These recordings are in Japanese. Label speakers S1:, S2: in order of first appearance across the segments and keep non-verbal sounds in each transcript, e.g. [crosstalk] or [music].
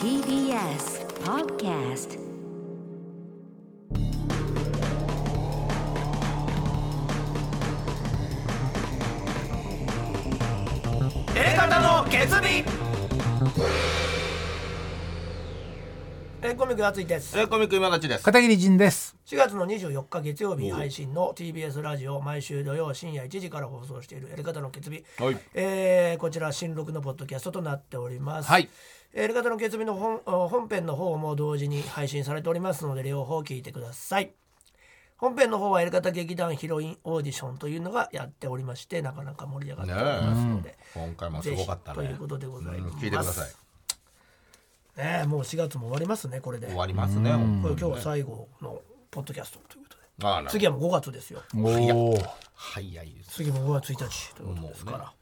S1: TBS Podcast
S2: 方の決意
S3: レンコミック夏井です
S2: えコミック今立ちです
S4: 片桐仁です。
S3: 4月の24日月曜日配信の TBS ラジオ毎週土曜深夜1時から放送している「やり方の決意」
S2: はい
S3: えーこちら新録のポッドキャストとなっております。
S2: はい
S3: やり方の決意の本あ本編の方も同時に配信されておりますので両方聞いてください。本編の方はやり方劇団ヒロインオーディションというのがやっておりましてなかなか盛り上がっておりますので、
S2: 今回もす
S3: ぜ
S2: ご
S3: ひ
S2: かったね
S3: ということでございます
S2: うん聞いてください
S3: ねえもう4月も終わりますねこれで
S2: 終わりますね
S3: これ今日は最後のポッドキャストということで
S2: あら
S3: 次はもう5月ですよ
S4: おお。
S2: 早いです
S3: 次も5月1日ということですか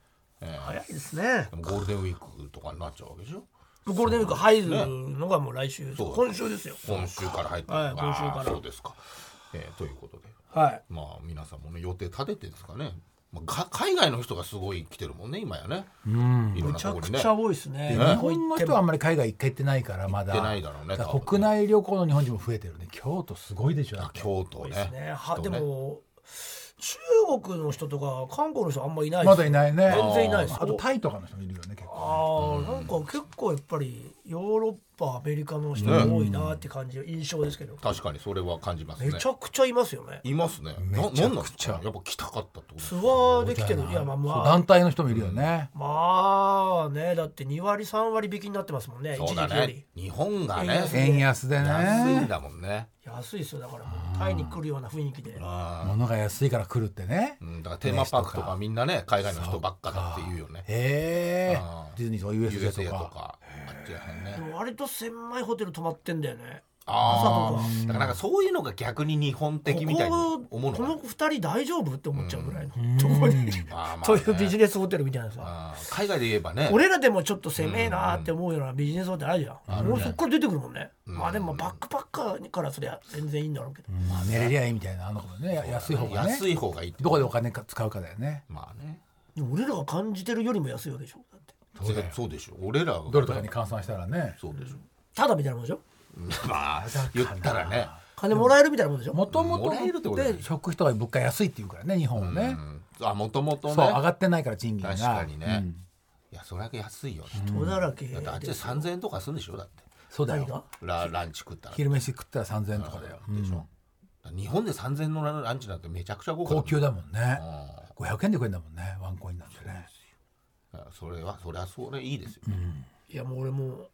S3: ら、
S2: ね
S3: 早いですね
S2: でもゴールデンウィークとかになっちゃうわけでしょ
S3: ゴールデンウィーク入るのがもう来週、
S2: そう
S3: 今週ですよ
S2: 今週から入って
S3: はい今週から
S2: あーそうですかえーということで
S3: はい
S2: まあ皆さんもね予定立ててですかねまあか海外の人がすごい来てるもんね今やねうんいろん
S3: め
S2: な
S3: ち
S2: と
S3: ゃ
S2: こ
S3: く
S2: にね
S3: ちゃ多いですね
S4: 日本の人はあんまり海外行けてないからまだ
S2: 行ってないだろうね
S4: から
S2: 多分ね
S4: 国内旅行の日本人も増えてるね京都すごいでしょだって
S2: 京都
S3: です
S2: ね
S3: ねは
S2: 人
S3: でも中国の人とか韓国の人あんまいないです
S4: まだいないね
S3: 全然いないです
S4: あとタイとかの人もいるよね結構
S3: ああなんか結構やっぱりヨーロッパアメリカの人が多いなって感じ、印象ですけど
S2: 確かにそれは感じますね
S3: めちゃくちゃいますよね
S2: いますねななん
S4: めち
S2: な
S4: ゃ
S2: んで
S4: く
S2: す
S4: ちゃ
S2: かねやっぱ来たかったってことです
S3: ツア
S2: か
S3: ーで来てるいやまあ
S4: そう
S3: まあ
S4: 団体の人もいるよね
S3: まあねだって2割3割引きになってますもんね
S2: そう
S3: 一
S2: だ
S3: 時期より
S2: ね日本が
S3: 円
S2: ね
S3: 安
S4: 円安で
S2: 安いん
S4: ね
S2: だもんね。
S3: 安いですよだからもうタイに来るような雰囲気で
S2: あ
S4: 物が安いから来るってね
S2: ーうん、だからテーマパークと
S4: ね
S2: かみんなね海外の人ばっかだって言うよね。
S4: へえ
S2: あー
S4: ディズニーとか USJ
S2: USA
S4: と
S2: と
S4: か
S2: かあっちらへん
S3: で
S2: ね。
S3: も割と狭いホテル泊まってんだよね
S2: あ
S3: 朝
S2: あだからなんかそういうのが逆に日本的みたいに
S3: ここ
S2: 思うの
S3: こ
S2: かな
S3: の2人大丈夫って思っちゃうぐらいの [laughs] とこに
S2: まあまあ
S3: そう
S2: ね
S3: いうビジネスホテルみたいなさ
S2: あー海外で言えばね。
S3: 俺らでもちょっと狭えなって思うようなビジネスホテルあるじゃん俺そっから出てくるもんねまあでもバックパッカーからそりゃ全然いいんだろうけど
S4: まあ寝れりゃいいみたいなあのことね安い方がね
S2: 安い方がいいって。
S4: どこでお金か使うかだよね
S2: まあね。
S3: でも俺らが感じてるよりも安いわけでしょだって
S2: そうそうでしょ。俺らが
S4: ドルとかに換算したらね
S2: そうでしょ。
S3: ただみたいなもんでしょ
S2: まあ言ったらね。
S3: 金もらえるみたいなもんでしょ
S4: もとも
S2: もらえるって
S4: と
S2: ことだよ
S4: で食費とか物価安いっていうからね日本はね
S2: うんあもともとね。
S4: そう上がってないから賃金が
S2: 確かにね。いやそれだけ安いよね。
S3: 人だらけ
S2: だってあっち
S3: で
S2: で3000円とかするんでしょだって
S4: そうだ
S3: 何が
S4: よ
S2: ラランチ食ったら
S4: 昼飯食ったら3000円とかだよ、
S2: でしょ、日本で3000円のランチなんてめちゃくちゃ豪華
S4: 高級
S2: だ
S4: だもんね
S2: もんうん
S4: 500円で食えんだもんねワンコインなんてね
S2: あそれはそれはそれいいですよ、
S3: いやもう俺もう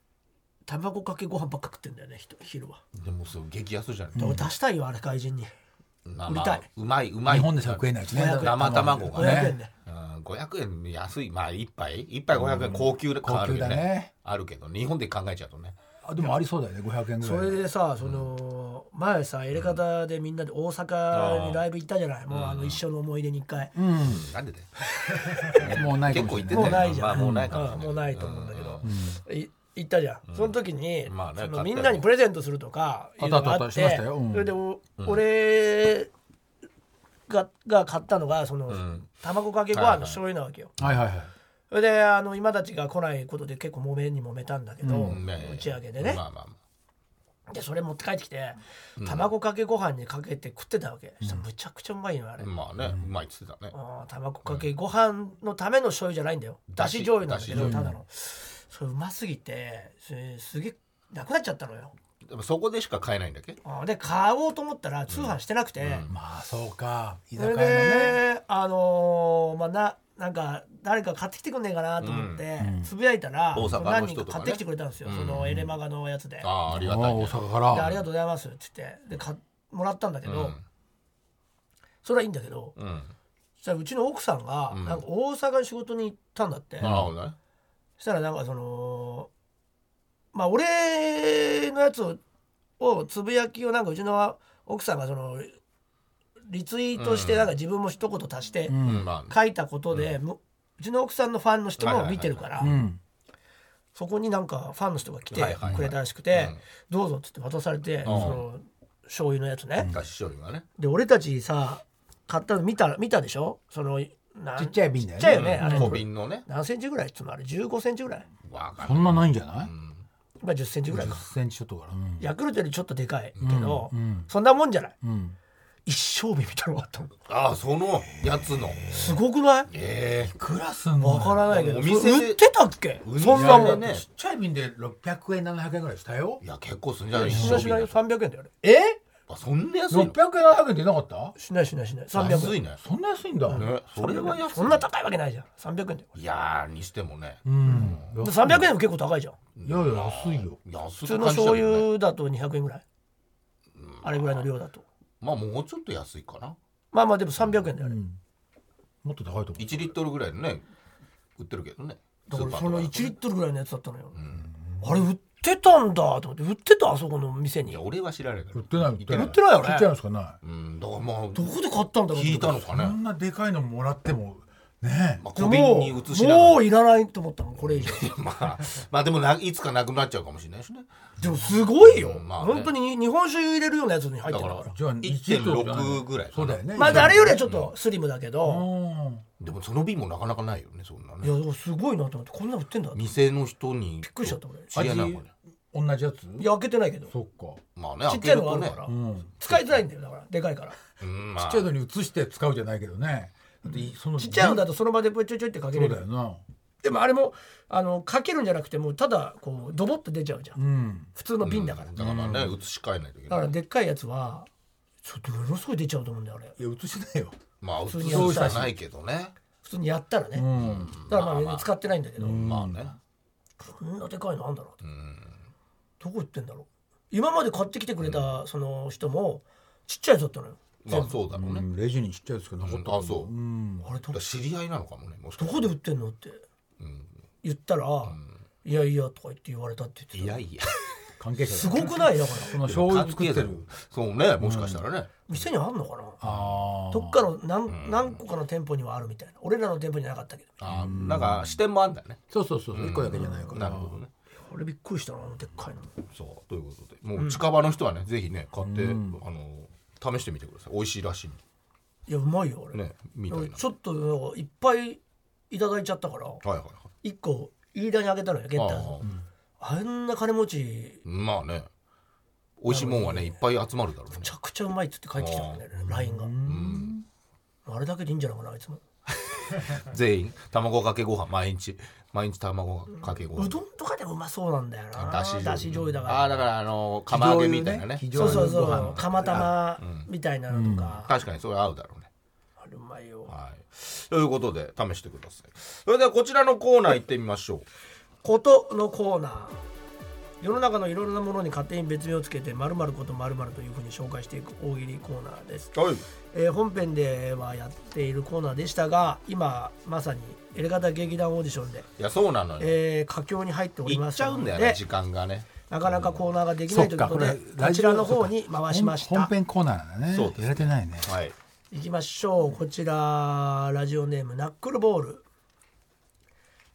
S3: 卵かけご飯ばっか食ってんだよねひと昼は、
S2: でもそう激安じゃない、
S3: でも出したいよあれ怪人に
S2: まあ
S3: 見
S2: ま
S3: た
S2: あ
S3: いう
S2: まいうまい
S4: 日本でしか食えないしね
S3: 500円
S2: 生卵がね
S3: 500円ね
S2: うん、500円安いまあ一杯一杯500円高級で
S4: 高級だね
S2: あるよあるけど日本で考えちゃうとね
S4: あでもありそうだよね500円ぐ
S3: そ
S4: らい
S3: れでさその、前さエレカタでみんなで大阪にライブ行ったじゃない、もうあの一生の思い出に一回、
S2: なんでだよ
S4: もうないか
S2: 結
S4: も
S2: 構
S4: し
S2: 行
S4: れ
S2: っ
S4: な
S3: もうな
S2: て
S4: い
S3: いじゃん
S2: まあもうないかもしれない、
S3: うんもうないと思うんだけど、い行ったじゃん、その時に、
S2: まあね
S3: そ
S2: 買ったよ
S3: のみんなにプレゼントするとかいうのが
S4: あったあった
S3: あ
S4: あ
S3: ったて
S4: っしましたようん
S3: それでお、俺がが買ったのがその、
S2: ん
S3: 卵かけご飯の醤油なわけよ、
S4: はいはいはい
S3: それであの今たちが来ないことで結構揉めに揉めたんだけど、
S2: うんね
S3: 打ち上げでね、
S2: まあまあ
S3: でそれ持って帰ってきて卵かけご飯にかけて食ってたわけ、そしたらむちゃくちゃうまいよあれ、
S2: まあまあね、うまいっつってたね
S3: あー卵かけご飯のための醤油じゃないんだよだし醤油なんだけど
S2: だし
S3: ただのそれうますぎてそれすげえなくなっちゃったのよ
S2: でもそこでしか買えないんだっけ
S3: あーで買おうと思ったら通販してなくて、
S4: まあそうか居
S3: そ
S4: 酒
S3: れ
S4: 屋のね
S3: であのーまあななんか誰か買ってきてくんねえかなと思ってつぶやいたら、
S2: 大阪の人
S3: 何人か
S2: とかね
S3: 買ってきてくれたんですよ、そのエレマガのやつで。
S2: あああり
S4: あ
S2: がた
S4: あ
S2: い
S4: 大
S2: ね
S4: 阪か
S3: であ
S4: ら
S3: りがとうございますって言ってで買っもらったんだけど、それはいいんだけど
S2: うん
S3: そしたらうちの奥さんがなんか大阪に仕事に行ったんだって、
S2: なるほどね
S3: そしたらなんかそのまあ俺のやつををつぶやきをなんかうちの奥さんがそのリツイートしてなんか自分も一言足して
S2: うんまあ
S3: 書いたことで、むうちの奥さんのファンの人も見てるから、
S4: うん
S3: そこになんかファンの人が来て
S2: はいはいはい
S3: くれたらしくて、どうぞっつって渡されて、その醤油のやつね、
S2: だし醤油がね
S3: で俺たちさ買ったの見た見たでしょそのなん
S4: ちっちゃい瓶だよね
S3: ちっちゃいよねあれ
S2: 小瓶のね
S3: 何センチぐらいっつうのあれ15センチぐらい
S2: わか
S4: そ
S2: る
S4: んなないんじゃない
S3: まあ10センチぐらい
S4: 10
S3: か
S4: センチちょっとからうん
S3: ヤクルトよりちょっとでかいけど、
S4: うんうん
S3: そんなもんじゃない
S4: うん
S3: 一生日みたいなのがあったの
S2: ああそのやつの
S3: すごくない
S2: ええ
S4: クラスの
S3: わからないけど
S2: お店
S3: それ売ってたっけ
S2: 売って
S3: そんなもん
S2: ね
S4: ちっちゃい瓶で600円700円ぐらいしたよ
S2: いや結構すんじゃない
S3: し
S2: 一
S3: な
S2: 生
S3: いしないよ
S2: 瓶
S3: 300円だよね
S4: え
S2: あそんな安いの
S4: 600円700円ってなかった
S3: しないしないしない300円
S2: 安いね
S4: そんな安いんだ
S2: ねそれは安い
S3: そんな高いわけないじゃん300円だよ
S2: いやーにしてもね
S4: うん
S3: で
S4: 安い
S3: 300円でも結構高いじゃん
S4: いやいや安いよ
S2: 安
S3: 普
S2: く
S3: 通の
S2: 感じた
S3: 醤
S2: けどね
S3: 油だと200円ぐらいあれぐらいの量だと
S2: まあもうちょっと安いかな
S3: まあまあでも300円だよ
S4: う
S3: ね
S4: んもっと高いと思う
S2: 1リットルぐらいのね売ってるけどね
S3: だから
S2: スーパー
S3: そ
S2: と
S3: の
S2: か
S3: 1リットルぐらいのやつだったのよあれ売ってたんだと思って売ってたあそこの店
S2: い
S3: に
S2: や俺は知らないから
S4: 売ってない売ってない
S2: 売
S3: ってないよね
S4: ちっちゃいのしかな
S2: うんだからまあ
S3: どこで買ったんだろう
S2: 聞いたのか
S4: いこ
S2: ね
S4: んなでかいのもらってもね
S2: まあ小瓶に
S3: も
S2: 移
S3: う
S2: しながら
S3: もういらないと思ったのこ
S2: [laughs]
S3: れ以上
S2: まあまあでもないつかなくなっちゃうかもしれないしね
S3: でもすごいよ
S2: うんまあね
S3: 本当に日本酒入れるようなやつに入ってるか
S2: だからら
S4: じゃあ
S2: 1.6ぐらいかな
S4: そうだよね
S3: まああれよりはちょっとスリムだけ
S4: う
S3: ど
S4: ん
S2: でもその瓶もなかなかないよねそんない
S3: や
S2: ね
S3: でもすごいなと思ってこんなの売ってんだと
S2: 店の人にびっ
S3: くりしちゃった俺
S2: 知り合いなのかね
S4: 味同じやつ
S3: いや開けてないけど
S4: そっか
S2: まあね
S3: ち
S2: 開
S3: っちゃ
S2: け
S3: い
S2: る
S3: のがあ
S2: と
S3: る
S2: ね
S3: から
S4: うん
S3: 使いづらいんだよだからでかいから
S2: うんま
S4: ち
S2: あ
S4: っちゃいのに移して使うじゃないけどねだっていその
S3: ちっちゃいのだとその場でちょいちょいちょいってかけ
S4: そ
S3: れ
S4: うだ
S3: る
S4: よな
S3: でもあれもあのかけるんじゃなくてもうただこうドボッと出ちゃうじゃん
S4: うん
S3: 普通の瓶だからだ
S2: だからね移し替えないといけ
S3: か
S2: ない
S3: らでっかいやつはちょっとものすごい出ちゃうと思うんだよあれ
S4: いや移してないよ
S2: まあ移
S3: 通に
S2: すはないけどね
S3: 普通にやったら
S4: う
S3: ね
S4: ん
S3: だから
S2: まあ
S3: ま
S2: ま
S3: あ
S2: あ
S3: 使ってないんだけど
S2: まあね
S3: こんなでかいのあんだろう
S2: うん
S3: どこ行ってんだろう今まで買ってきてくれたその人もちっちゃいやつだったのよ
S2: まあそうだろうね
S4: うんレジにちっちゃいですけどなかった
S2: あそう
S4: うん
S3: あれど
S2: だから知り合いなのかもねもしか
S3: どこ
S2: したら
S3: で売ってんのって
S2: うん
S3: 言ったら「いやいや」とか言って言われたって言
S2: い
S3: ってた
S2: やいや
S4: 関係者
S3: す
S4: す
S3: ごくないだから
S4: その醤油
S2: 関
S4: 作
S2: 係
S4: っ
S2: だ
S4: て
S2: よ
S4: る
S2: そうねもしかしたらね
S3: 店にあんのかな
S4: ああ
S3: どっかの何何個かの店舗にはあるみたいな俺らの店舗にはなかったけど
S2: あーなんか視点もあんだよね
S4: そうそうそう一個だけじゃないか
S2: な
S4: ら
S2: るほどね
S3: あれびっくりしたなあのでっかいの
S2: そうということでもう近場の人はねぜひね買ってあの試してみてください美味しいらしいん
S3: いやうまいよ俺
S2: でねみたい
S3: 俺
S2: な
S3: ちょっとなんかいっぱいいただいちゃったから
S2: はいはいはい
S3: 1個飯田にあげたのよゲッターズのあんな金持ちめ
S2: あーまあね美味しいもんはねいっぱい集まるだろうね
S3: ちゃくちゃうまいっつって帰ってきたもんね LINE があれだけでいいんじゃないかなあいつも
S2: [laughs] 全員卵かけご飯毎日毎日卵かけご
S3: う
S2: 飯
S3: どんとかでもうまそうなんだよな
S2: だし醤油
S3: だし醤油だ
S2: ああ
S3: か
S2: ーだからあの釜揚げみたいなね
S4: 非常
S3: らそう
S4: に
S3: そうそ
S4: ご飯
S3: う釜玉みたいなのとか
S2: 確かにそれ合うだろうね
S3: あれうまいよ
S2: はいということで試してくださいそれではこちらのコーナー行ってみましょう
S3: ことのコーナー世の中のいろんなものに勝手に別名をつけて〇〇こと〇〇というふうに紹介していく大喜利コーナーです、
S2: はい
S3: えー本編ではやっているコーナーでしたが今まさにエレガタ劇団オーディションで、
S2: いやそうなのよ
S3: えー佳境に入っており
S2: 行
S3: ま
S2: っ
S3: す
S2: ちゃうんだよね時間がね
S3: なかなかコーナーができな
S4: そ
S3: い
S4: っ
S3: という
S4: か
S3: こと
S4: こ
S3: で
S4: れ
S3: こちらの方に回しまし
S4: 本
S3: た
S4: 編コーナーだね
S2: そうですね
S4: やれてないね
S2: はい
S3: いきましょうこちらラジオネームナックルボール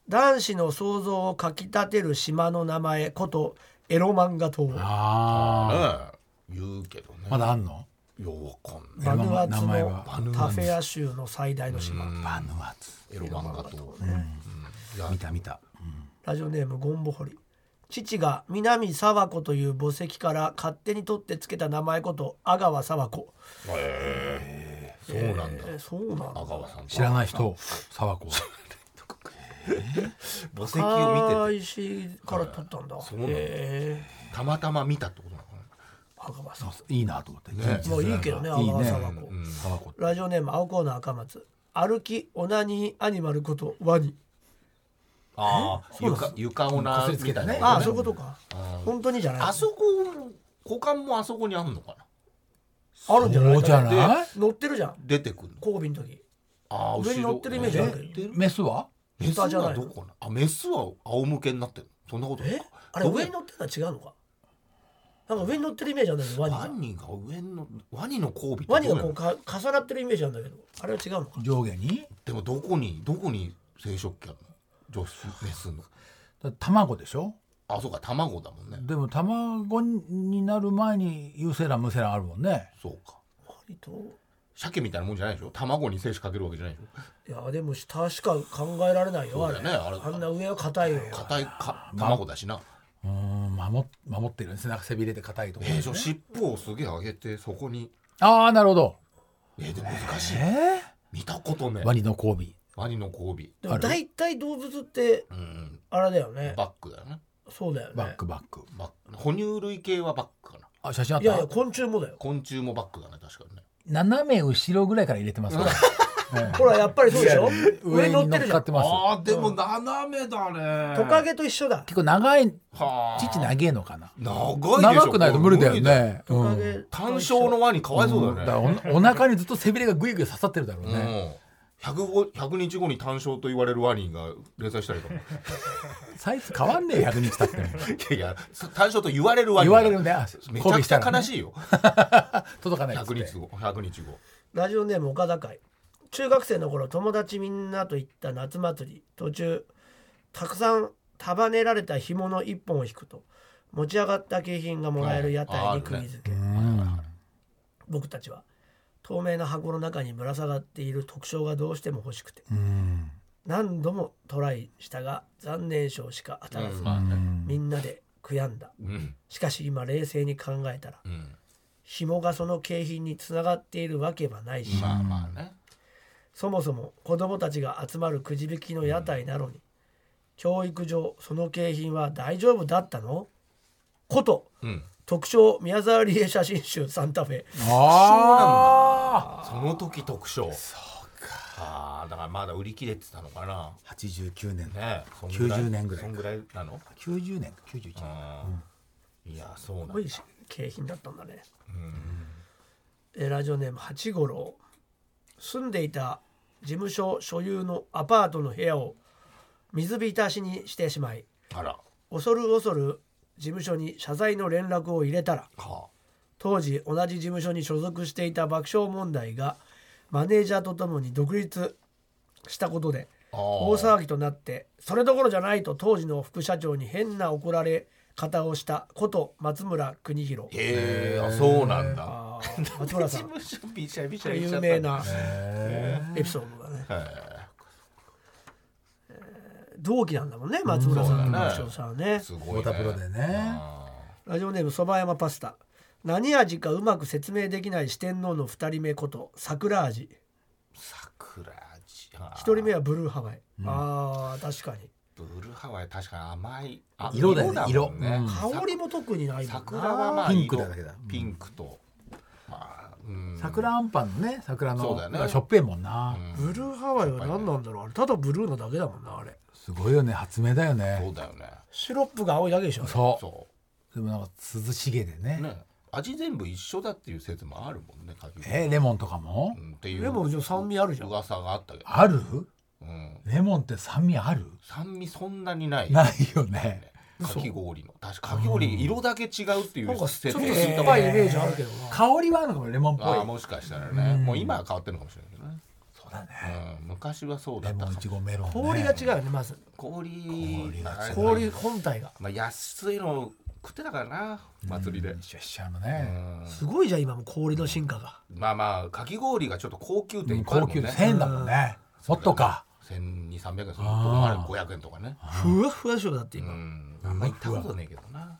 S3: 男子の想像をかきたてる島の名前ことエロ漫画島
S4: あ
S2: ねえ言うけどね
S4: あまだあんの
S2: ようわかんない
S3: バヌアツ
S4: 名前
S3: の
S4: は
S3: タフェア州の最大の島
S4: バヌアツ
S2: エロ漫画と
S4: 見た見た
S3: ラジオネームゴンボホリ父が南沢子という墓石から勝手に取ってつけた名前こと阿川沢子
S2: そうなんだ
S3: えそうなんだ
S2: 阿川さん
S4: 知らない人沢子
S2: 墓石を
S3: 赤
S2: 見てて
S3: 石から取ったんだ
S2: うなんだ
S3: へ
S2: たまたま見たってことなのかな
S3: ー阿川さん
S4: いいなと思って
S2: ね
S3: もういいけどね阿
S4: いい
S3: 川
S4: ね
S3: 沢子
S4: 沢子
S3: ラジオネーム青コーナー赤松歩きオナニーアニマルことワニ
S2: ああ床床をな
S4: こすりつけたね
S2: みいな
S3: ああそういうことか本当にじゃない
S2: あそこ股間もあそこにあんのかな
S3: あるんじゃない
S4: そうじゃ
S3: だっ
S4: ない
S3: て乗ってるじゃん
S2: 出てくるの
S3: 交尾の時
S2: ああ
S3: 上に乗ってるイメージあるけど
S2: ど
S4: メスは
S2: メス
S3: 下じゃな
S2: はいどこなあメスは仰向けになってるそんなことない
S3: え
S2: か
S3: あれ
S2: どこ
S3: 上に乗ってたら違うのかなんか上に乗ってるイメージあるんだけどワニ
S2: ワ
S3: が
S2: ニが上のワニの交尾ってど
S3: ワ
S2: う
S3: ニ
S2: や
S3: が
S2: ん
S3: こうか重なってるイメージあるんだけどあれは違うのか
S4: 上下に
S2: でもどこにどこに生殖器あるの女子メスの
S4: だ卵でしょ
S2: あそうか卵だもんね
S4: でも卵になる前に有精卵無精卵あるもんね
S2: そうか
S3: ワニと
S2: 鮭みたいなもんじゃないでしょ卵に精子かけるわけじゃないでし
S3: いやでも下しか考えられないよあれ
S2: そうだよねあれ
S3: あんな上は硬いよ
S2: ょ硬いか卵だしな、
S4: うーん守っ守ってるんですね背びれで硬いところ
S2: えー
S4: で
S2: じ
S4: す
S2: ゃあ
S4: ね、
S2: 尻尾をすげえ上げてそこに
S4: ああなるほど
S2: えー、でも難しい、
S4: え
S2: 見たことね
S4: ー、ワニの交尾
S2: ワニの交尾
S3: でも大体動物って
S2: うん
S3: あれだよね
S2: バックだよね
S3: そうだよ
S4: バッ
S3: ね
S4: クバック
S2: バック哺乳類系はバックかない
S4: あ写真あっ
S3: いやいや
S4: た
S3: 昆虫もだよ
S2: 昆虫もバックだね確かにね
S4: 斜め後ろぐらいから入れてますから、
S3: [laughs]
S4: え
S3: ほらやっぱりそうでしょ上に
S4: 上に
S3: 乗
S4: 乗
S3: ってる
S4: っ
S3: じ
S4: か
S3: ゃ
S4: っ
S3: ん
S4: てます
S2: あーでも斜めだね
S3: トカゲと一緒だ
S4: 結構長い
S2: はあ
S4: 父長えのかな
S2: 長いでしょ
S4: 長くないと無理だよ
S2: これ無理
S4: ね
S3: トカ
S4: うん
S3: ゲ
S2: 単勝のワニかわいそうだ
S4: だから
S2: よね、
S4: おお腹にずっと背びれがぐいぐい刺さってるだろう
S2: うん
S4: ね、
S2: 105 100日後に単勝と言われるワニが連載したりとかも
S4: サイズ変わんねえ100日経っ
S2: [laughs]
S4: ても
S2: いやいや単勝と言われるワニ
S4: 言われるねあ
S2: めちゃくちゃ
S4: 交尾
S2: 悲
S4: し
S2: しいよ、
S4: 届かないっつって
S2: 100日後100日後
S3: ラジオネーム岡田会中学生の頃友達みんなと行った夏祭り途中たくさん束ねられた紐の一本を引くと持ち上がった景品がもらえる屋台に釘付け、
S4: うん
S3: 僕たちは透明な箱の中にぶら下がっている特賞がどうしても欲しくて
S4: うん
S3: 何度もトライしたが残念賞しか当たらず、
S2: うんまあね
S3: みんなで悔やんだ
S2: うん
S3: しかし今冷静に考えたら
S2: うん
S3: 紐がその景品につながっているわけはないし、
S2: まあまあね
S3: そもそも子供たちが集まるくじ引きの屋台なのに、教育上その景品は大丈夫だったのこと
S2: うん
S3: 特徴宮沢りえ写真集サンタフェ
S4: あ
S2: その時特賞そうかああだからまだ売り切れてたのかな
S4: あ89年
S2: ねえそん
S4: 90年ぐらい
S2: そんぐらいなの
S4: 90年か91年
S2: いやそうなん
S3: す
S2: だ
S3: ごい景品だったんだね、えーラジオネーム八五郎住んでいた事務所所有のアパートの部屋を水浸しにしてしまい
S2: あら
S3: 恐る恐る事務所に謝罪の連絡を入れたら
S2: は
S3: 当時同じ事務所に所属していた爆笑問題がマネージャーとともに独立したことで
S2: あ
S3: 大
S2: ー
S3: 騒ぎとなってそれどころじゃないと当時の副社長に変な怒られ方をしたこと松村邦弘
S2: へえあそうなんだ
S3: あー松村さん
S2: 所ビシャビシャ
S3: 有名なエピソードだね同期なんだもんね松村さんと爆笑さんはね
S2: す
S4: 太
S2: ごい
S4: 田プロで
S2: ね
S4: ね
S3: ラジオネームそば山パスタ何味かうまく説明できない四天王の2人目こと桜味
S2: 桜味あー
S3: 1人目はブルーハワイ、あー確かに
S2: ブルーハワイ確かに甘いあ
S4: 色だよね
S2: もんね
S4: 色うん
S3: 香りも特にないもんな
S2: 桜はまあ
S4: ピンク
S2: 色
S4: だけだうん
S2: ピンクとまあうん
S4: 桜あんぱんのね桜
S2: そ
S4: の
S2: うだよね
S4: まあしょっぺえもんな、
S3: ブルーハワイは何なんだろうあれただブルーのだけだもんなあれ
S4: すごいよね発明だよ
S2: そ
S4: ね
S2: うだよね
S3: シロップが青いだけでしょ
S4: そう
S2: そ
S4: でもなんか涼しげでね
S2: うね味全部一緒だっていう説もあるもんねかき
S4: えーレモンとかも、
S2: うんっていう
S3: レモンじゃ酸味あるじゃん
S2: 噂があったけど、
S4: ある
S2: うん、
S4: レモンって酸味ある
S2: 酸味そんなにない
S4: ないよね
S2: [laughs] かき氷の確かかき氷色だけ違うってい
S3: なんかちょっ
S2: う説
S3: と
S2: 明
S3: 酸っぱいイメージあるけどな、
S4: 香りはあるのかもレモンっぽい
S2: ああもしかしたらね、もう今は変わってるのかもしれないけどね、
S4: そうだね
S2: うん、昔はそうだ
S4: レ
S2: った
S4: モン
S2: かも
S4: いちごメロン、ね、
S3: 氷が違うよねまず
S2: 氷あれ
S3: 氷本体が
S2: まあ、安いの食ってたからな祭りで、
S4: シャッシャーのね、
S3: すごいじゃん今も氷の進化が
S2: まあまあかき氷がちょっと高級
S4: で
S2: 店いっ
S4: も
S2: ぱいある
S4: 高
S2: もん
S4: 級で
S2: ね
S4: 1000円だもんねもっとか
S2: 1200円するとこもあれ500円とかね
S3: ふわふわでしょだって
S2: う
S3: 今、
S2: んあんま行ったことねえけどな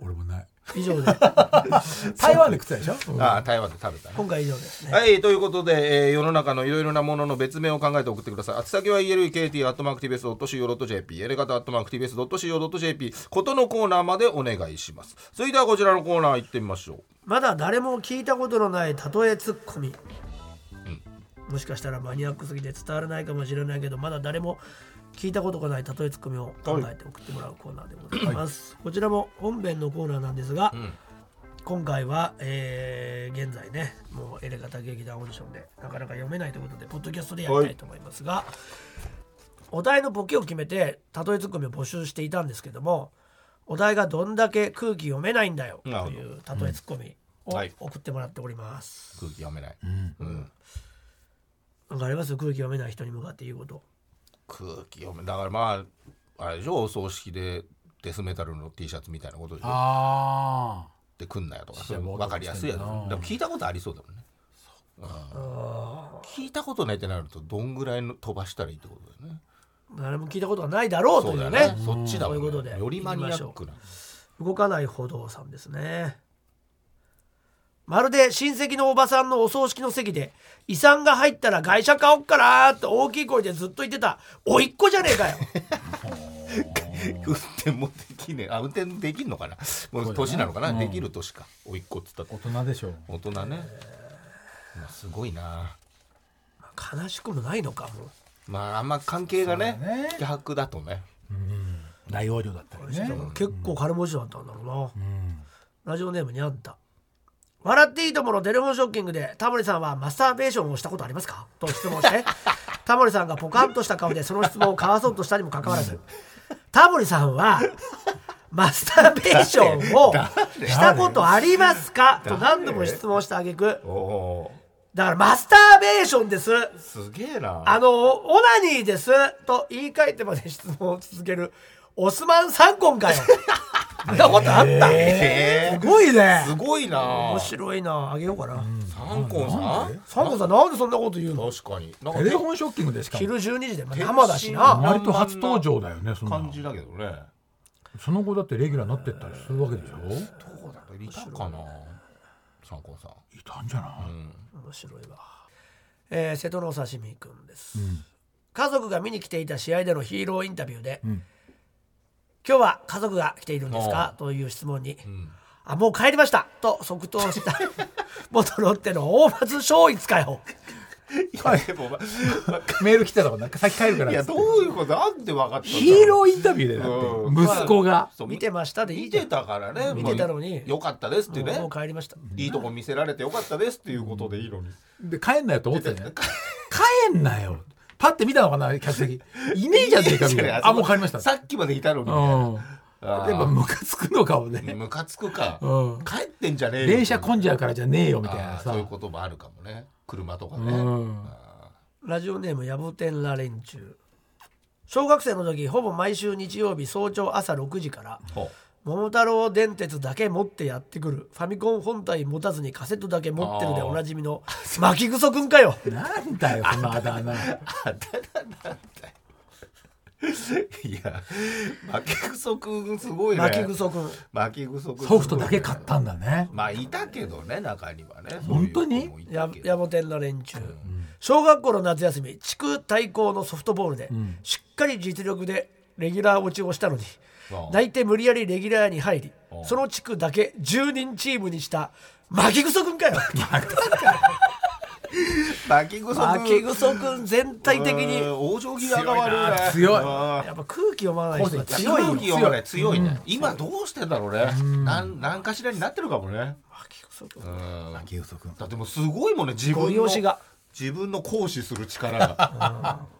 S4: 俺もない
S3: 以上
S2: [laughs]
S3: で
S4: 台湾で食ってたでしょ、
S2: ああ台湾で食べたね
S3: 今回以上ですね
S2: はい、ということで、えー世の中のいろいろなものの別名を考えて送ってください。あつ先は elkt.tbs.co.jp、エレガタ .tbs.co.jp、ことのコーナーまでお願いします。続いてはこちらのコーナー行ってみましょ
S3: まだ誰も聞いたことのない例えツッコミ、もしかしたらマニアックすぎて伝わらないかもしれないけどまだ誰も聞いたことがない例えツッコミを考えて送ってもらうコーナーでございます、こちらも本編のコーナーなんですが、今回は、えー現在ねもうエレガタ劇団オーディションでなかなか読めないということでポッドキャストでやりたいと思いますが、お題のボケを決めて例えツッコミを募集していたんですけどもお題がどんだけ空気読めないんだよと
S2: なるほ
S3: い
S2: ど
S3: う例えツッコミを
S2: はい
S3: 送ってもらっております
S2: う。。空気読めない。うん
S3: なんかあります空気読めない人に向かって言うこと。
S2: 空気読めだからまあ、あれでしょ、お葬式でデスメタルの T シャツみたいなことでしょ。
S4: ああ
S2: で、くんなよとか、
S4: 死者
S2: そういう
S4: ボード
S2: わかりやすいやつ。
S4: つけてな
S2: でも聞いたことありそうだもんね。聞いたことないってなるとどんぐらいの飛ばしたらいいってことだよね
S3: 誰も聞いたことがないだろうというね
S2: そっちだもん
S3: そういうことで
S2: よりマニアックな
S3: 動かない歩道さんですねまるで親戚のおばさんのお葬式の席で遺産が入ったら外車買おっかなーって大きい声でずっと言ってたおいっ子じゃねえかよ [laughs]
S2: 運転もできねえあ運転できんのかなもう年なのかな、
S4: うん
S2: できる年かおいっ子っつった
S4: 大
S2: と
S4: 人でしょう
S2: 大人ね、まあ、すごいな
S3: 悲しくもないのかもう
S2: まああんま関係がね
S4: そうだね
S2: 希薄だとね
S4: 大容量だったりね
S3: 結構金持ちだったんだろうな、
S4: うん
S3: ラジオネームにあんた笑っていいとものテレフォンショッキングでタモリさんはマスターベーションをしたことありますかと質問して
S4: [laughs]
S3: タモリさんがポカンとした顔でその質問をかわそうとしたにもかかわらずタモリさんはマスターベーションをしたことありますかと何度も質問した挙句
S2: おお
S3: だからマスターベーションです
S2: ーすげえな
S3: あのオナニーですと言い換えてまで質問を続けるオスマン三婚かよそんなことあった、
S2: え
S3: すごいね
S2: ー、すごいな
S3: 面白いなあげようかな、
S2: サンコンさん
S3: サンコさんなんでそんなこと言うの
S2: 確かになんか
S4: テレフォンショッキングでしかも
S3: 昼12時で、まあ、
S2: 天
S3: 生だしな
S2: 津
S4: 割と初登場だよねそんな
S2: 感
S4: の
S2: じだけどね
S4: その後だってレギュラーになってったりするわけでしょ
S2: どうだろういたかなサンコンさん
S4: いたんじゃない、
S3: 面白いわ、えー瀬戸のお刺身くんです、家族が見に来ていた試合でのヒーローインタビューで、
S4: ん
S3: 今日は家族が来ているんですかという質問に、あもう帰りましたと即答した
S2: [laughs]
S3: 元ロッテの大松勝一かよ
S2: でもま
S4: メール来てたからなんか先帰る [laughs] から
S2: いや
S4: つって
S2: どういうことなんで分かったんだろう
S4: ヒーローインタビューでだ
S2: うん
S4: って息子が
S2: そう
S3: 見てましたでいい
S2: 見
S3: じゃ
S2: て
S3: ん
S2: たからね
S3: 見てたのに
S2: まあよかったですってね
S3: もう帰りました
S2: いいとこ見せられてよかったですっていうことでいいのに
S4: で帰んなよと思ってたよね
S2: [laughs]
S4: 帰んなよパッて見たのかな客席いねえじゃねえかみたいなあもう帰りました
S2: さっきまでいたのに
S4: うん
S2: ねあー
S4: やっぱムカつくのかもね
S2: ムカつくか
S4: うん
S2: 帰ってんじゃねえよ
S4: 電車混んじゃうからじゃねえよみたい
S2: あ
S4: な
S2: ー
S4: さ
S2: そういうこともあるかもね車とかね
S4: うん
S3: ラジオネームやぶてんら連中小学生の時ほぼ毎週日曜日早朝朝6時から
S2: ほ
S3: 桃太郎電鉄だけ持ってやってくるファミコン本体持たずにカセットだけ持ってるでおなじみの巻きぐそくんかよ
S4: なんだよそのあだ名
S2: ういや巻きぐそくんすごいね
S3: 巻きぐそくん
S2: 巻きぐそくん
S4: ソフトだけ買ったんだね
S2: まあいたけどね中にはね
S4: 本当に
S2: そういう子もい
S3: や
S2: [laughs] たけど
S3: やぼてんの連中、小学校の夏休み地区対抗のソフトボールで、しっかり実力でレギュラー落ちをしたのに
S2: ああ
S3: 泣いて無理やりレギュラーに入り
S2: ああ
S3: その地区だけ10人チームにした巻きぐそくんかよ
S2: 巻きぐそくん
S3: 巻きぐそくん全体的に
S2: うん往生際が悪いね
S4: 強いな強い
S2: うん
S3: やっぱ空気読まない人は強
S2: 強
S3: い
S2: い
S3: よ
S2: 空気読まない強いね、今どうしてんだろうねなん何かしらになってるかもね
S3: 巻きぐそくん
S2: うんだ
S4: 秋嘘くん
S2: ってもうすごいもんね自分
S3: ご利
S2: の
S3: 用しが
S2: 自分の行使する力が
S4: [laughs]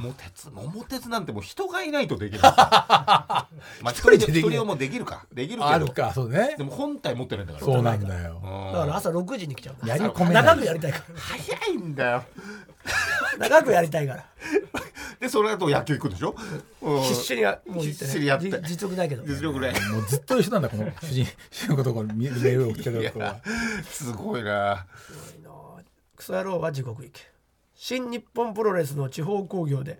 S2: 桃鉄桃鉄なんてもう人がいないとでき
S4: [laughs]
S2: ないまあ一人で
S4: 一人でで
S2: 一
S4: きない
S2: 人はもうできるかできる
S4: あ
S2: け
S4: る
S2: ど
S4: かそうね
S2: でも本体持ってないんだから
S4: そうなんだよ
S3: だから朝6時に来ちゃうんだ
S4: やり込めない
S3: 長くやりたいか
S2: 早いんだよ
S3: ら [laughs] 長くやりたいから
S2: でその後野球行くんでしょ、うん
S3: 必死にやもう言って
S2: 必死にや
S3: ね
S2: って
S3: じ実力ないけど
S2: 実力ね
S4: もうずっと一緒なんだこの主人主人公とこのメールを送ってる子は
S2: すごいな
S3: クソ野郎は地獄行け新日本プロレスの地方興行で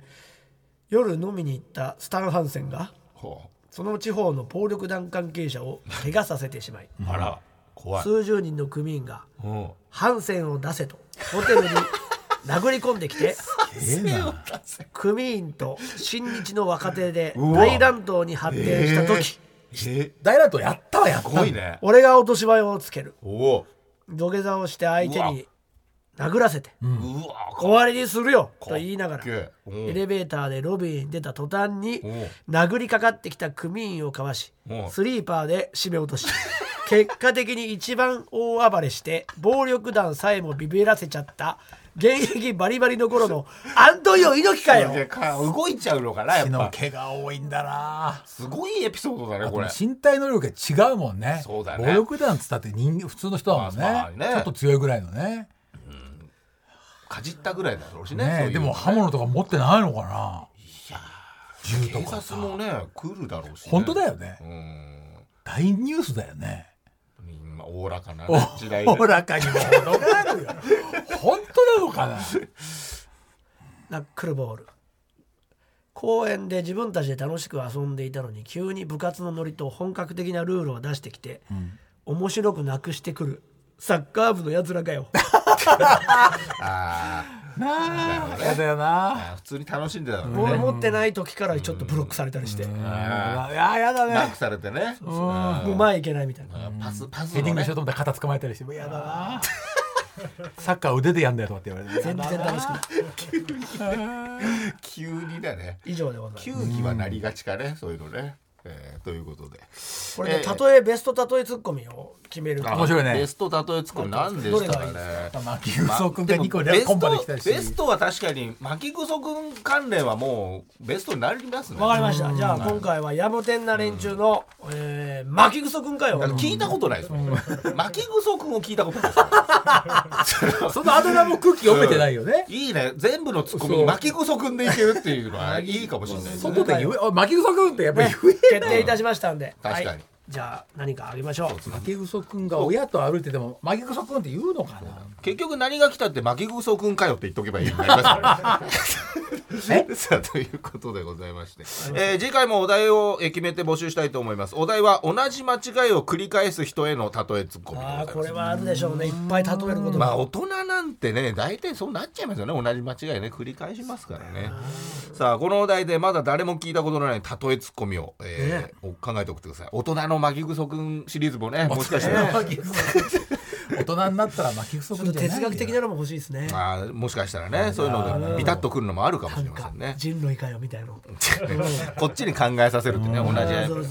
S3: 夜飲みに行ったスタン・ハンセンが
S2: ほ
S3: その地方の暴力団関係者を怪我させてしまいう
S2: あら怖い、
S3: 数十人の組員が
S2: うん
S3: ハンセンを出せとホテルに殴り込んでき [laughs] て
S4: ええな
S3: 組員と新日の若手で
S2: うわ
S3: 大乱闘に発展した時、
S2: え
S4: 大乱闘やったわやっ
S2: す
S4: た
S2: ごいね
S3: 俺が落とし前をつける
S2: おお
S3: 土下座をして相手に殴らせて
S2: うわ
S3: 終わりにするよ
S2: か
S3: と言いながら
S2: かっけえうん
S3: エレベーターでロビーに出た途端に
S2: うん
S3: 殴りかかってきた組員をかわし
S2: うん
S3: スリーパーで締め落とし [laughs] 結果的に一番大暴れして暴力団さえもビビらせちゃった現役バリバリの頃のアントニオ猪木か
S2: いや
S3: よ
S2: か動いちゃうのかなやっぱ
S4: 昨日怪我多いんだな
S2: すごいエピソードだねこれ
S4: 身体能力が違うもんね
S2: そうだね
S4: 暴力団っつったって人間普通の人だもんね,、
S2: まあまあね
S4: ちょっと強いぐらいのね
S2: かじったぐらいだろうしね
S4: ね
S2: そういう
S4: で
S2: の
S4: も刃物とか持ってないのかな銃と
S2: 警
S4: か
S2: 察もね来るだろうし、ね、
S4: 本当だよね
S2: うーん
S4: 大ニュースだよね
S2: うんまあおおらかな
S4: お
S2: 時代で
S4: おらかにも程があるよ本当な
S2: [laughs]
S4: のかな
S3: ナックルボール公園で自分たちで楽しく遊んでいたのに急に部活のノリと本格的なルールを出してきて、面白くなくしてくるサッカー部のやつらかよ
S2: あー
S4: なあやだよな
S2: あー普通に楽しんでたのに
S3: ボール
S2: ね
S3: 持ってない時からちょっとブロックされたりして、も
S4: あいややだ
S2: マーク
S4: ね
S2: されてねうん
S3: う前行けないみたいな、
S2: あーパスパス
S4: ヘディ
S2: の
S4: ング
S2: ね
S4: しようと思ったら肩掴まれたりしてもうやだなサッカー腕でやんだよとかって言われて
S3: 全然楽しくない
S2: 急にだね
S3: 以上でございます
S2: 球技はなりがちかねそういうのねえーということで
S3: これね、
S2: えー
S3: 例えベスト例えツッコミを決める
S2: あ
S4: 面白いね
S2: ベスト例えつくの何でしたか
S3: どれがい
S2: ね
S4: 牧草君が
S2: でも
S4: 2個
S2: ベ
S4: で
S2: ス
S4: コ
S2: ト
S4: ンパできたりし
S2: ベストは確かに巻きぐそ君関連はもうベストになりますね
S3: わかりましたじゃあ今回はやむてんな連中の、えー、巻きぐそくんかよ
S2: だから聞いたことないですもん巻きぐそ君を聞いたことないですよそれは
S4: そのあだ名も空気読めてないよね
S2: いいね全部のツッコミ
S4: そう
S2: 巻きぐそ君でいけるっていうのはいいかもしれないですね
S4: 外で言えあ牧草君ってやっぱり言え
S3: 決定いたしましたんで、
S2: 確かに
S3: はい、じゃあ何かあげましょう
S4: 牧草君が親と歩いてても牧草君って言うのかな
S2: 結局何が来たって巻きぐそ君かよって言っとけばいいようになります [laughs] からねさあということでございまして、えー次回もお題をえー決めて募集したいと思いますお題は同じ間違いを繰り返す人への例えツッコミでござ
S3: あ
S2: い
S3: あ
S2: ます
S3: これはあるでしょうねいっぱい例えること
S2: ま
S3: が
S2: あ大人なんてね大体そうなっちゃいますよね同じ間違いね繰り返しますからねさあこのお題でまだ誰も聞いたことのない例えツッコミを、えー考えておくってください大人のマギグソ君シリーズもねもしかしたら、
S4: 大人になったら牧草
S3: ちょっ
S4: 君
S3: と
S4: じゃない
S3: 哲学的なのも欲しいですね
S2: まあもしかしたらねそういうのでビタッとくるのもあるかもしれませんね
S3: 人類かよみたいな
S2: [laughs] こっちに考えさせるってね同じ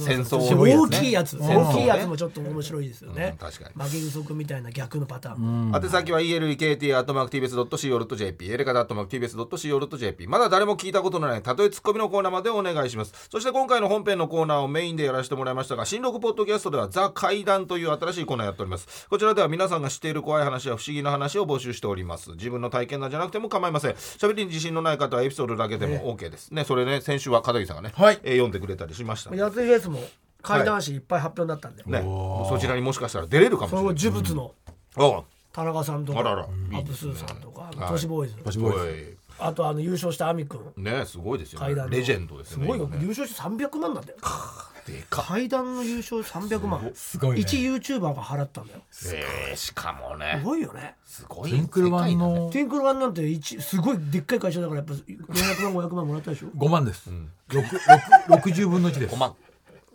S2: 戦争を
S3: 大きいやつ
S2: 戦争をね
S3: 大きいやつもちょっと面白いですよ
S2: う
S3: ね
S2: ん確かに
S3: 負け不足みたいな逆のパターン
S2: 宛先は elekt.tbs.co.jp エレカ .tbs.co.jp まだ誰も聞いたことのないたとえツッコミのコーナーまでお願いしますそして今回の本編のコーナーをメインでやらせてもらいましたが新録ポッドキャストではザ・怪談という新しいコーナーやっておりますこちらでは皆さんが知っている怖い話や不思議な話を募集しております自分の体験談じゃなくても構いません喋りに自信のない方はエピソードだけでも OK ですねそれね先週は片桐さんがね、
S4: はい
S2: えー読んでくれたりしましたね
S3: やついフェスも怪談師いっぱい発表になったんで、
S2: ねそちらにもしかしたら出れるかもし
S3: そ
S2: れ
S3: れ
S2: な
S3: を
S2: い
S3: 呪物の
S2: おう
S3: 田中さんとか
S2: あらら
S3: アップスーさんとか都市ボーイズ
S4: すごい
S2: お
S4: です
S2: い
S3: あとあの優勝した亜美君
S2: ねすごいですよ
S3: 階
S2: ね
S3: 段の
S2: レジェンドですよね
S3: すごいよ、
S2: 今ね
S3: 優勝して300万なんだよ
S2: でか
S3: 階段の優勝300万
S4: すごいね
S3: 一 YouTuber が払ったんだよす
S2: えー、しかもね
S3: ごいよね
S2: すごい
S4: テンクルマンの
S3: テンクルワンなんて一すごいでっかい会社だからやっぱ400万500万もらったでしょ、
S4: 5万です、六六60分の1です
S2: 5万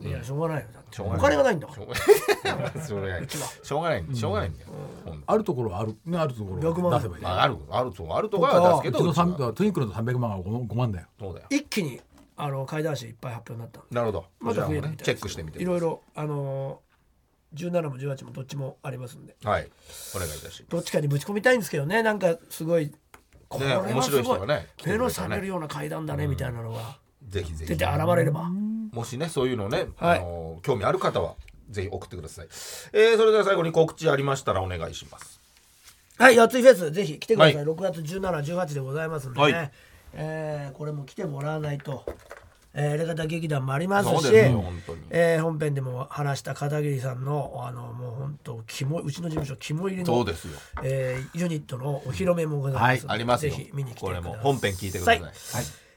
S3: いやしょうがないよだって
S2: ょう
S3: お
S2: がない
S3: 金がないんだか
S2: し
S3: ら
S2: ょうがないしょうがないしょうがないしょうがないんだよ、ほんと
S4: あるところはあるねあるところ
S3: 100万
S4: は出せばいい
S2: まあ、あるあるとあるとこは出すけ
S4: う
S2: ど
S4: ちの
S2: うちは
S4: 三トインクルの300万が 5, 万だよ
S2: そうだよ
S3: 一気にあの怪談師いっぱい発表になったんで
S2: なるほど
S3: まだ増えるみ
S2: こちらもね
S3: たい
S2: チ
S3: で
S2: ェ
S3: す
S2: ックしてみて
S3: いろいろあのー17も18もどっちもありますんで
S2: はいお願いいたしま
S3: どっちかにぶち込みたいんですけどねなんかすごいこれは
S2: 面白い人がね
S3: すごい目の覚めるような怪談だねみたいなのが
S2: すぜひぜ
S3: 出て
S2: ひ
S3: 現れれば
S2: もしねそういうのね、
S3: はい
S2: あのー興味ある方はぜひ送ってください、えー、それでは最後に告知ありましたらお願いします
S3: はい、やついフェス、ぜひ来てください。
S2: はい
S3: 6月17、18でございますんでね。
S2: はい
S3: えーこれも来てもらわないと。えー、レガタ劇団もあります
S2: そう
S3: し、
S2: ですよ本当に
S3: えー本編でも話した片桐さんの、あの、もう本当、肝、うちの事務所、肝入りの、
S2: そうですよ
S3: えーユニットのお披露目もございますので、
S2: ありますよ
S3: ぜひ見に来てく
S2: こ
S3: だ
S2: れ
S3: さい。
S2: も本編聞いてください、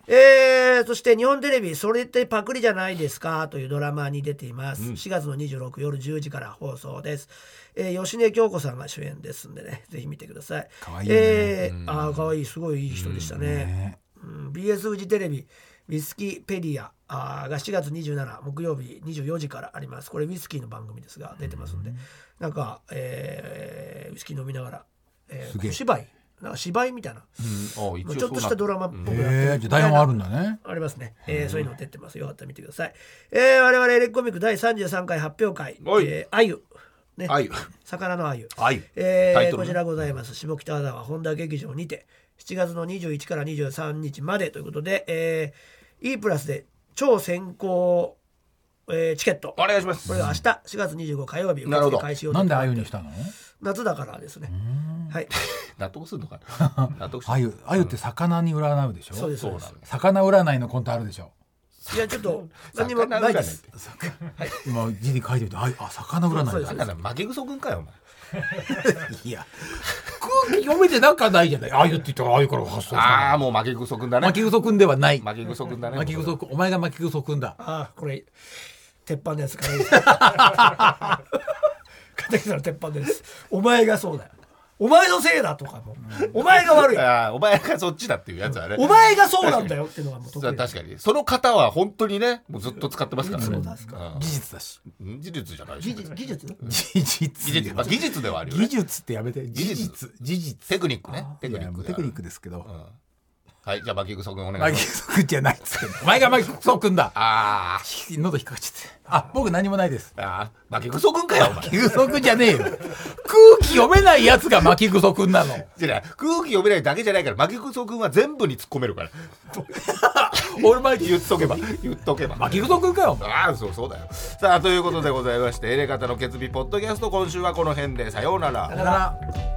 S3: えーそして日本テレビ「それってパクリじゃないですか」というドラマに出ています、4月の26夜10時から放送です、えー芳根京子さんが主演ですんでねぜひ見てください
S4: かわいいよね
S3: えーあーかわいいすごいいい人でしたね、うん、BS フジテレビ「ウィスキーペディア」あーが4月27木曜日24時からありますこれウィスキーの番組ですが出てますんで、なんか、えーウイスキー飲みながら、えーお芝居なんか芝居みたいな、
S2: うんあ一応
S3: ちょっとしたドラマっぽくなってる
S4: ええじゃあ台本あるんだね
S3: ありますね、えーそういうの出てますよかったら見てください、えー我々エレコミック第33回発表会
S2: はい
S3: えーあゆ」ね
S2: あゆ
S3: 魚のあゆ」
S2: あゆ
S3: えー
S2: タイトルね
S3: こちらございます下北沢本田劇場にて7月の21から23日までということで、えー、E プラスで超先行、えーチケット
S2: お願いします
S3: これが明日4月25火曜日
S2: なるほ
S3: 受
S2: ど
S3: 付開始予定
S4: なんでああいうにしたの
S3: 夏だからですねはい
S2: 納得するのかな納得し
S4: ああいうああいうって魚に占うでしょ
S3: そうですそうで
S2: な
S3: す
S2: のよ
S4: 魚占いのコントあるでしょ
S3: いやちょっと何もないです。
S4: 今字に書いてみて、はい、あ、魚占いだ
S3: そうです
S2: なんだ負けぐそくんかよお前
S4: いや、空気読めてなんかないじゃない。ああいうって言ったらああいうから発想
S2: あ
S4: さ。
S2: あもう負けぐそくんだね
S4: 巻きぐそくんではない。
S2: 負けぐそくんだね
S4: 巻きぐそく、お前が巻きぐそくんだ。
S3: あこれ鉄板ですからいいですか片桐さんの鉄板ですお前がそうだよお前のせいだとかもお前が悪い
S2: ああお前がそっちだっていうやつはね
S3: お前がそうなんだよっていうのがもう得
S2: そ
S3: 意
S2: う確かにその方は本当にねもうずっと使ってますからね
S4: 技術だし。
S2: うん技術じゃないでし
S3: 技術
S2: ょ
S3: 技術
S4: 技術
S2: 技術まあ技術ではあるよ
S4: 技
S2: ね
S4: 術ってやめて。技術。技術。
S2: テクニックねテクニ
S4: いや
S2: ッ
S4: も
S2: ク
S4: うテクニック
S2: で
S4: ですけど
S2: ある、うんはいじゃあ負けぐそくんお願
S4: 巻
S2: い
S4: き
S2: し
S4: ぐ
S2: ます
S4: そくんじゃないっつってんの。お前が巻きぐそくんだ。
S2: あー
S4: 喉引っかかっちゃって。あ、僕何もないです。
S2: あー負けぐそくんかよお前
S4: 巻きぐそくんじゃねえよ。空気読めないやつが巻きぐそくんなの。
S2: じゃあ空気読めないだけじゃないから負けぐそくんは全部に突っ込めるから
S4: オールマイティ
S2: 言っとけば言っとけば
S4: 巻きぐそくんかよ。お前
S2: ああそうそうだよさあということでございましてエレガタの決日ポッドキャスト今週はこの辺でさようなら
S4: さよなら。